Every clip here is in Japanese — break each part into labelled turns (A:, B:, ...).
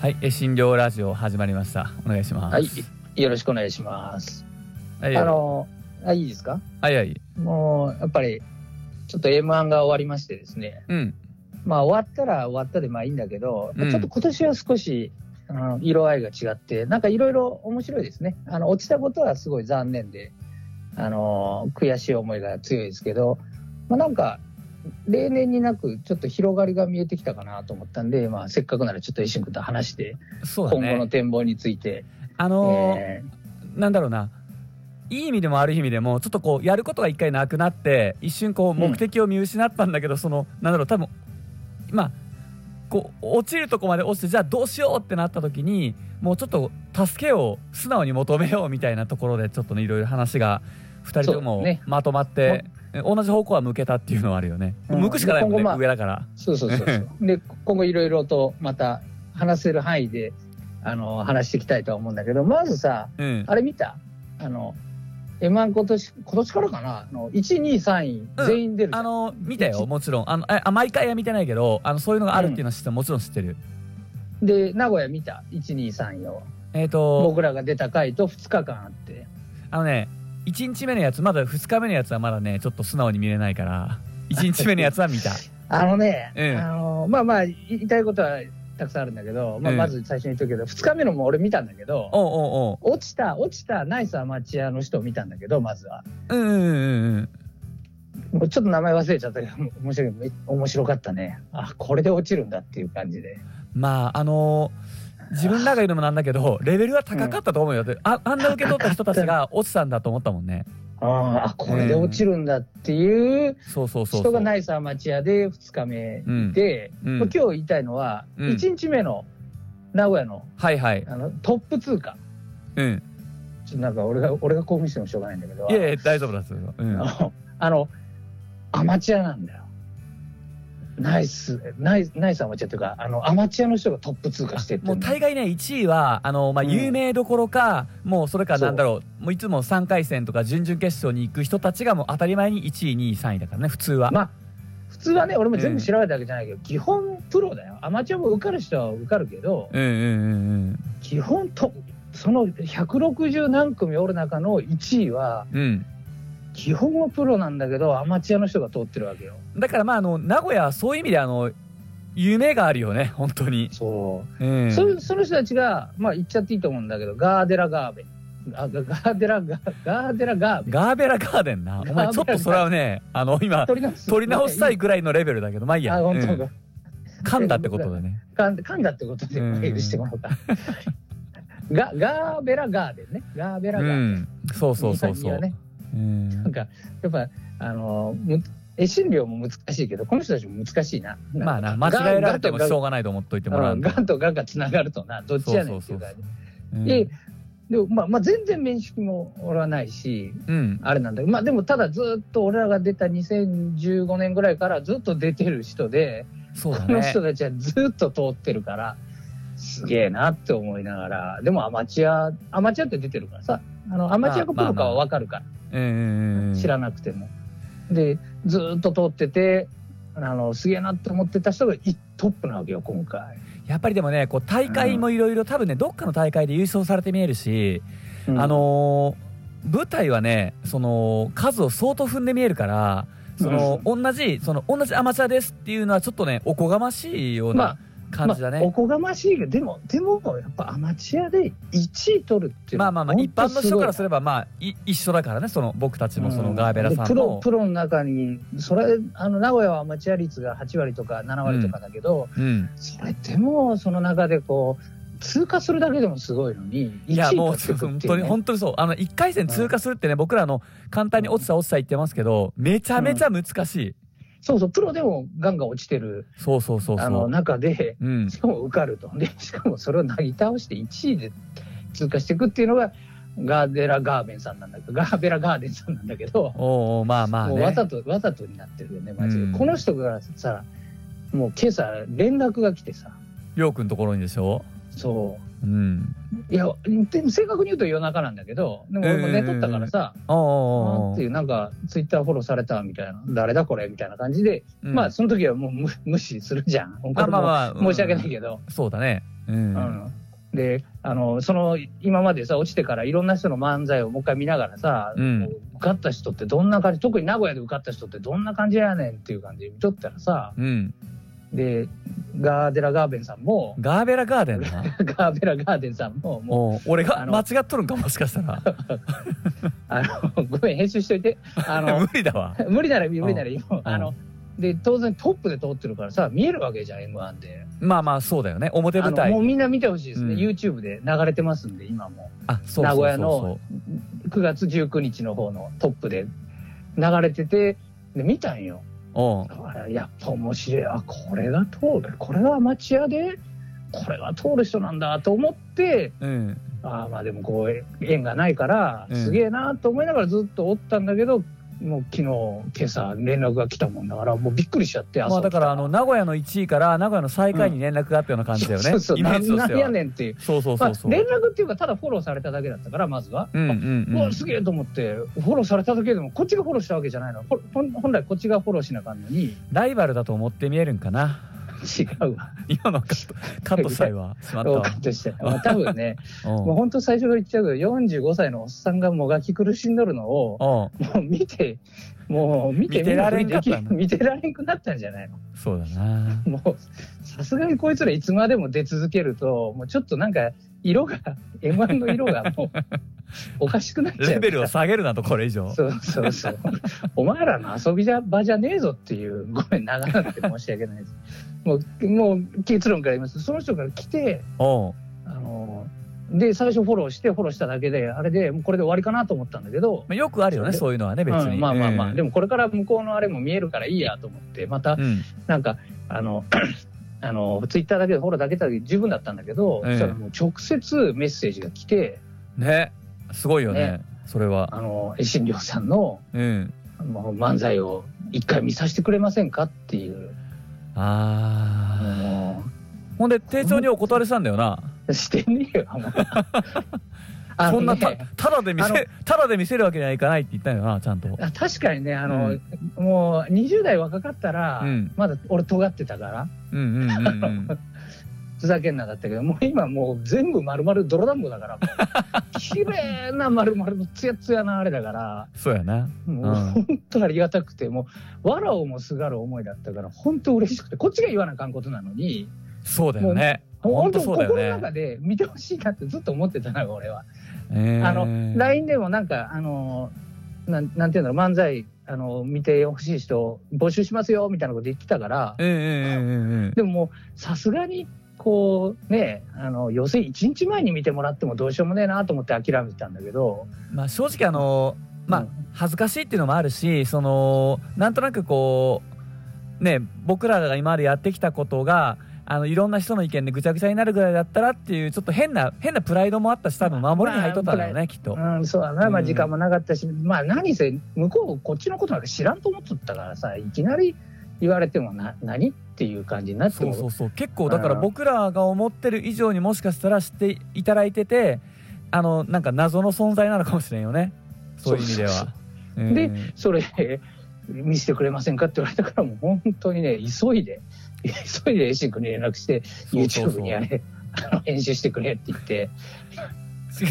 A: はい、え診療ラジオ始まりました。お願いします。
B: はい、よろしくお願いします。
A: はい、
B: あの、あいいですか
A: はいはい、
B: もう、やっぱり、ちょっと M1 が終わりましてですね、
A: うん、
B: まあ終わったら終わったでまあいいんだけど、
A: うん
B: ちょっと今年は少し、あの色合いが違って、なんかいろいろ面白いですね。あの、落ちたことはすごい残念で、あの、悔しい思いが強いですけど、まあなんか、例年になくちょっと広がりが見えてきたかなと思ったんで、まあせっかくならちょっと石君と話して、
A: そう
B: 今
A: だ
B: 後の
A: ね。
B: 展望について、
A: あのー
B: え
A: なんだろうな。いい意味でも悪い意味でもちょっとこうやることが一回なくなって一瞬こう目的を見失ったんだけど、そのなんだろう多分まあこう落ちるとこまで落ちてじゃあどうしようってなった時にもうちょっと助けを素直に求めようみたいなところでちょっとねいろいろ話が2人と
B: そう
A: も
B: ね
A: まとまって、同じ方向は向けたっていうのはあるよね、
B: うん
A: 向くしかないもんね、
B: 今後まあ
A: 上だから
B: そうそうそう そう。で、今後いろいろとまた話せる範囲で、あの、話していきたいとは思うんだけど、まずさ、
A: うん
B: あれ見たあの、M1 今年、今年からかなあの、1、2、3
A: うん
B: 位全員出るじゃ
A: あ
B: ん、
A: の見たよもちろんあのああ毎回は見てないけどあのそういうのがあるっていうのは知ってもちろん知ってる、
B: で、名古屋見た ?1、2、3位を。
A: えっ、と
B: 僕らが出た回と2日間あって。
A: あのね1日目のやつまだ2日目のやつはまだねちょっと素直に見れないから1日目のやつは 見た
B: あのね、
A: うん
B: あの、まあまあ、言いたいことはたくさんあるんだけど、まあ、
A: うん
B: まず最初に言っとくけど、2日目のも俺見たんだけど、
A: おうおう
B: 落ちた、落ちたナイスアマチュアの人を見たんだけど、まずは。
A: おううんうんうんうん
B: もうちょっと名前忘れちゃったけど、もう申し訳ない。め面白かったね。あ、これで落ちるんだっていう感じで。
A: まああのー自分らが言うのもなんだけどレベルは高かったと思うよ、だってああんな受け取った人たちが落ちたんだと思ったもんね
B: あーあ、これで落ちるんだっていう
A: そうそうそうそう
B: 人がナイスアマチュアで2日目
A: うん
B: で、
A: うん
B: まあ今日言いたいのは、
A: うん
B: 1日目の名古屋の
A: はいはい
B: あのトップ通過。
A: うん
B: ちょっとなんか俺が、俺が興奮してもしょうがないんだけど、
A: いやいや大丈夫だそれはうん
B: あの、あのアマチュアなんだよ。ナイス、ナイス、ナイスアマチュアっていうか、あの、アマチュアの人がトップ通過してってん
A: も
B: の
A: う大概ね1位はあの、まあ、
B: うん
A: 有名どころか、もうそれか
B: そう
A: なんだろうもういつも3回戦とか準々決勝に行く人たちがもう当たり前に1位2位3位だからね普通は、
B: まあ、普通はね、俺も全部調べたわけじゃないけど、基本プロだよ。アマチュアも受かる人は受かるけど、
A: うんうんうん
B: 基本と、その160何組おる中の1位は、
A: うんうん
B: 基本はプロなんだけど、アマチュアの人が通ってるわけよ。
A: だからまああの名古屋はそういう意味であの夢があるよね本当に、
B: そう。
A: うん、
B: そその人たちが、まあ言っちゃっていいと思うんだけど、ガーデラガーベン。あガガーデラガー、ガーデラガーベン。
A: ガーベラガーデンなお前
B: ガーベラガーデン
A: ちょっとそれはねあの今
B: 取り直す
A: 取り直したいぐらいのレベルだけどまあいいや、
B: あ、本当、
A: うん噛んだってことだね
B: 噛んだ噛んだってことで
A: うん
B: 許してもら おうか。ガガーベラガーベンね。ガーベ
A: う
B: ラガーベン。
A: んそうそうそう
B: 日
A: そう、
B: 本にはね
A: うん
B: なんか、やっぱ、あの、む 絵心療も難しいけど、この人たちも難しいな。
A: まあな間
B: んか
A: 違えられてもしょう
B: う
A: がないと思っといてもら
B: が。
A: うんと
B: がんとがんがつながるとな、どっちやねんって
A: そ
B: いう
A: う
B: 感
A: そ
B: じ。
A: うん
B: で、でもまあ、まあ、全然面識も俺はないし、
A: うん
B: あれなんだけど、まあでもただずっと俺らが出た2015年ぐらいからずっと出てる人で、
A: そうだ
B: この
A: ね
B: 人。たちはずっと通ってるから、すげえなって思いながら、でもアマチュア、アマチュアって出てるからさ、あのアマチュアかプロかは分かるから。
A: うんうんうん。
B: 知らなくても。でずーっと通っててあのすげえなって思ってた人がいトップなわけよ今回、
A: やっぱりでもね、こう大会もいろいろ、多分ね、どっかの大会で優勝されて見えるし、
B: うん
A: あのー舞台はね、その数を相当踏んで見えるから、その同じその同じアマチュアですっていうのはちょっとね、おこがましいような
B: ま
A: 感じだ
B: まあお
A: ね。
B: こがましいけどでもでもやっぱアマチュアで1位取るっていう
A: まあまあまあ、一般の人からす
B: れ
A: れば、まあ、い一緒だからね、その僕たちもそのガーベラさん
B: プロ
A: も。
B: プロの中にそれあの名古屋はアマチュア率が8割とか7割とかだけど、
A: うん。
B: それでもその中でこう通過するだけでもすごいのに1位
A: いやもう
B: 取ってく
A: 本
B: って
A: 当
B: いう
A: に
B: ね
A: 本当にそうあの1回戦通過するってね、僕らあの簡単に落ちた落ちた言ってますけどめちゃめちゃ難しい、
B: そうそうプロでもガンガン落ちてる
A: そうそうそう
B: あ
A: そ
B: の
A: う
B: 中で
A: うん
B: しかも受かると。で、しかもそれをなぎ倒して1位で通過していくっていうのが、ガーデラ・ガーベンさんなんだけど、ガーベラ・ガーデンさんなんだけど、
A: おうおうまあまあ
B: もうわ
A: ね
B: ざと、わざとになってるよね、マジで。
A: うん
B: この人からさ、もう今朝連絡が来てさ、
A: りょうくんところにでしょ
B: そう。
A: うん。
B: いやで正確に言うと夜中なんだけどでも俺も寝とったからさ、
A: ああああ
B: あー
A: あ
B: っていうなんかツイッターフォローされたみたいな誰だこれみたいな感じで、
A: あ。
B: ま
A: う
B: あ
A: ん
B: その時はもう無無視するじゃんこれも
A: まあまあまあうん
B: 申し訳ないけど、
A: そうだね。うん。
B: う
A: うん
B: んであのその今までさ落ちてからいろんな人の漫才をもう一回見ながらさ、
A: うん
B: こう受かった人ってどんな感じ特に名古屋で受かった人ってどんな感じやねんっていう感じで見とったらさ
A: うん。
B: でガーデラガーベンさんも
A: ガーベラガーデンだな。
B: ガーベラガーデンさんももう
A: もう俺が
B: あの
A: 間違っとるんかもしかしたら。
B: あのごめん編集しといてあ の
A: 無理だわ。
B: 無理なら無理なら今、
A: ん
B: あので当然トップで通ってるからさ見えるわけじゃん m 1で
A: まあまあそうだよね。表
B: あ
A: 舞
B: のもう
A: 台。
B: みんな見てほしいですね、
A: うん
B: YouTube で流れてますんで今も
A: あ、そうそうそうそう。
B: 名古屋の9月19日の方のトップで流れててで見たんよ
A: おう。
B: あれやっぱ面白いあこれが通るこれがアマチュアでこれが通る人なんだと思って
A: うん。
B: ああまあでもこう縁がないから
A: うん
B: すげえなと思いながらずっとおったんだけど、もう昨日今朝連絡が来たもんだからもうびっくりしちゃって
A: まあだからあの名古屋の1位から名古屋の最下位に連絡があったような感じだよね。
B: そうそう
A: イメージと
B: な
A: して
B: なんや
A: は。
B: ねんっていう
A: そうそうそうそう。
B: まあ、連絡っていうかただフォローされただけだったからまずは、
A: うんうん
B: う
A: う
B: わ
A: ん。
B: すげえと思ってフォローされただけでもこっちがフォローしたわけじゃないのほほん本来こっちがフォローしなあかんのに
A: ライバルだと思って見えるんかな。
B: 違うわ
A: 今のカット、カット際はしまった
B: 分
A: わ
B: か。ってして、まあ、多分ねもう
A: おう
B: 本当最初から言っちゃうけど45歳のおっさんがもがき苦しんどるのを
A: おう
B: もう見てもう見て
A: 見てられんかったの
B: 見て見てられんくなったんじゃないの
A: そう だな。
B: もうさすがにこいつらいつまでも出続けるともうちょっとなんか色が m 1の色がもうおかしくなっちゃう
A: レベルを下げるなとこれ以上。
B: そうそ うそう。お前らの遊びじゃ場じゃねえぞっていう、ごめん、長々って申し訳ないです。もう、もう結論から言いますとその人から来て、
A: おう
B: あの、で、最初フォローして、フォローしただけで、あれで、もうこれで終わりかなと思ったんだけど、
A: まあ、よくあるよね、
B: それ
A: そういうのはね、別に。
B: うんまあまあまあ、
A: うん
B: でもこれから向こうのあれも見えるからいいやと思って、また、
A: うん、
B: なんか、あの、 あのツイッターだけでフォローだけだけで十分だったんだけど、
A: ええ
B: そしたらもう直接メッセージが来て、
A: ね、すごいよね、
B: ね
A: それは。
B: あの、新涼さんの
A: うん。
B: もう漫才を一回見させてくれませんかっていう
A: あ
B: も
A: あ。ほんで、丁重にお断りしたんだよな。
B: うしてねえよ、 もうあ
A: そ
B: の
A: んな
B: ね
A: た、ただで見
B: あの
A: せ、ただで見せるわけにはいかないって言ったんだよな、ちゃんと。
B: あ確かにね、あの、
A: うん
B: もう20代若かったら、
A: うん
B: まだ俺尖ってたから、
A: うんうんうんうん。
B: ふざけんなだったけど、もう今もう全部丸々泥団子だから、も う綺麗な丸々のツヤツヤなあれだから、
A: そうやな。
B: もう本当ありがたくて、もう、わらをもすがる思いだったから、本当嬉しくて、こっちが言わなあかんことなのに、
A: そうだよね。ほ
B: 本
A: んと
B: 当
A: そうだよ
B: 心の
A: ね
B: 中。で見てほしいなってずっと思ってたな、俺は。
A: えー
B: あの LINE でもなんか、あのなんなんていうの、漫才あの見てほしい人、募集しますよみたいなこと言ってたから、
A: うんうんうんうんうん。
B: でももう、さすがにこうね、あの要するに1日前に見てもらってもどうしようもねえなと思って諦めてたんだけど、
A: まあ、正直あの、ま
B: う
A: あ
B: ん、
A: 恥ずかしいっていうのもあるし、その、なんとなくこう、ね、僕らが今までやってきたことが、あの、いろんな人の意見でぐちゃぐちゃになるぐらいだったらっていう、ちょっと変な、変なプライドもあったし、多分守りに入っとったんだろうね、きっと。
B: うん、そうだな、ま
A: う
B: あ、
A: ん
B: 時間もなかったし、まあ何せ、向こう、こっちのことなんか知らんと思っとったからさ、いきなり言われてもな、何っていう感じになって
A: そうそ
B: も、
A: うそう。結構、だから
B: うん
A: 僕らが思ってる以上にもしかしたら知っていただいてて、あの、なんか謎の存在なのかもしれんよね。そういう意味で
B: そうそう
A: は。うん
B: で それで見せてくれませんかって言われたからもう本当にね急いで急いでエイシン君に連絡して
A: そうそうそう
B: YouTube にあれ あの編集してくれって言って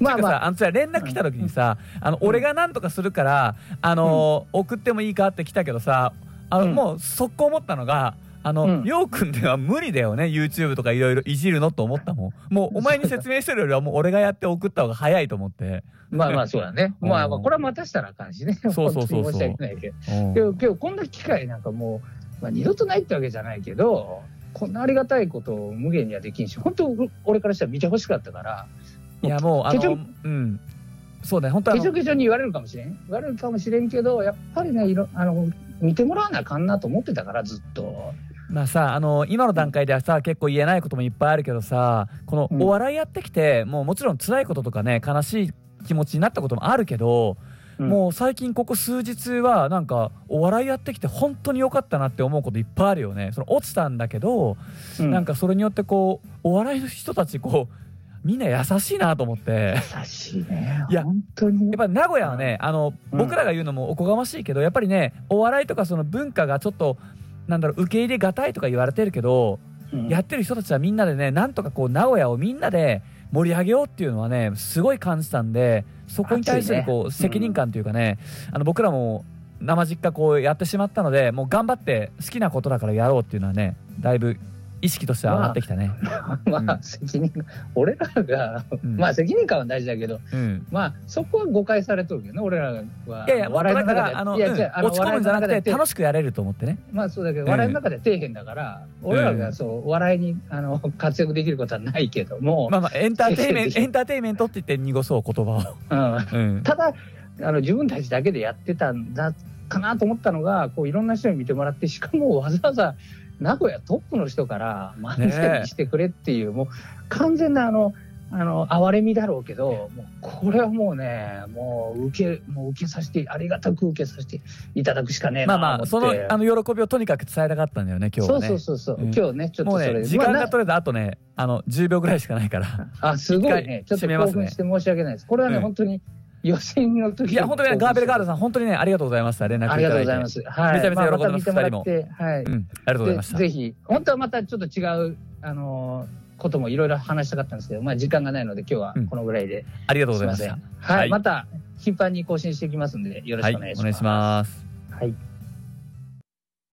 A: ま
B: ま
A: あ
B: あ
A: ま
B: ま
A: あ、あのさ連絡来た時にさ、あの
B: うん
A: 俺がなんとかするから、あのー送ってもいいかって来たけどさあの、
B: うん
A: もう速攻思ったのが。あの、
B: うん
A: りょうくんでは無理だよね、YouTube とかいろいろいじるのと思ったもん。もう、お前に説明してるよりは、もう俺がやって送った方が早いと思って。
B: まあまあそうだね、
A: うん
B: まあまあこれは待たしたらあかんしね
A: そうそうそうそう
B: 本当に申し訳ないけど
A: うん
B: けどけどこんな機会なんかもう、まあ、二度とないってわけじゃないけどこんなありがたいことを無限にはできんし本当俺からしたら見てほしかったから
A: いや、もう、あ
B: 結
A: の
B: 局、
A: うん。そうだね、本当は
B: け
A: あ
B: ちょ
A: の、
B: けちょに言われるかもしれん言われるかもしれんけどやっぱりねいろあの見てもらわなあかんなと思ってたからずっと。
A: まあさ、あの、今の段階ではさ、結構言えないこともいっぱいあるけどさ、この
B: うん
A: お笑いやってきて、もうもちろん辛いこととかね、悲しい気持ちになったこともあるけど、
B: うん
A: もう最近ここ数日はなんかお笑いやってきて本当に良かったなって思うこといっぱいあるよねその落ちたんだけど、
B: うん
A: なんかそれによってこうお笑いの人たちこうみんな優しいなと思って。
B: 優しいね。
A: いや
B: 本当に。
A: やっぱり名古屋はね、あの
B: うん
A: 僕らが言うのもおこがましいけど、やっぱりね、お笑いとかその文化がちょっと、なんだろう、受け入れがたいとか言われてるけど、
B: うん
A: やってる人たちはみんなでね、なんとかこう、名古屋をみんなで盛り上げようっていうのはね、すごい感じたんで、そこに対するこう、
B: 熱いね
A: 責任感というかね、あの僕らも生実家こうやってしまったので、もう頑張って好きなことだからやろうっていうのはね、だいぶ意識としては上がってきたね。
B: まあ、責任が、俺らが、
A: うん
B: まあ、責任感は大事だけど、
A: うん
B: まあ、そこは誤解されとるけどね、俺らは。
A: いやいや、
B: 笑いの
A: だか
B: 中で。
A: ら、あの、
B: いや
A: うん
B: 違うあの
A: 落ち込むんじゃなく
B: 笑いの中
A: て、
B: で
A: 楽しくやれると思ってね。
B: まあそうだけ
A: うん
B: ど、笑いの中で底辺だから、俺らがそう、笑いにあの活躍できることはないけども、
A: まあまあ、エンターテインメン
B: ぜひぜ
A: ト、
B: ひ
A: エンターテインメントって言って濁そう言葉 を。
B: うん、
A: うん。
B: ただあの、自分たちだけでやってたんだかなと思ったのが、こういろんな人に見てもらって、しかもわざわざ名古屋トップの人から、漫才にしてくれっていう、もう完全なあの、あの哀れみだろうけど、もうこれはもうね、もう受け、もう受けさせて、ありがたく受けさせていただくしかねえ
A: ま
B: な
A: あ
B: と思
A: ま
B: って。
A: あ、その、あの、喜びをとにかく伝えたかったんだよね、今日
B: そ
A: は
B: う
A: ね。
B: そうそうそう、
A: うん
B: 今日ね、ちょっと
A: もう
B: それ、
A: ね、時間
B: まあ
A: が
B: な
A: 取れた後ね、あの、10秒ぐらいしかないから。
B: あすごい
A: 一回
B: ね、ちょっと
A: 締めます
B: 興
A: ね
B: 奮して申し訳ないです。これはね、
A: うん
B: 本当に予選の
A: い
B: 時
A: や、本当にね、ガーベルガールさ
B: さ
A: ん、本当にね、ありがとうございました。連絡いた
B: あ
A: だいて。。
B: りがとうございますす。はい、
A: めちゃめちゃ喜んでます
B: あ見てもらって、は
A: うん、あり
B: い、
A: がとうございました。
B: でぜひ、本当はまたちょっと違う、あのーこともいろいろ話したかったんですけど、まあ、時間がないので、今日は
A: うん
B: このぐらいで、
A: ありがとうございまし
B: すい
A: た
B: ま。せんはい、
A: はい
B: また頻繁に更新していきますんで、よろ
A: は
B: し
A: い、
B: く
A: お
B: お願いします。
A: 願いします。
B: はい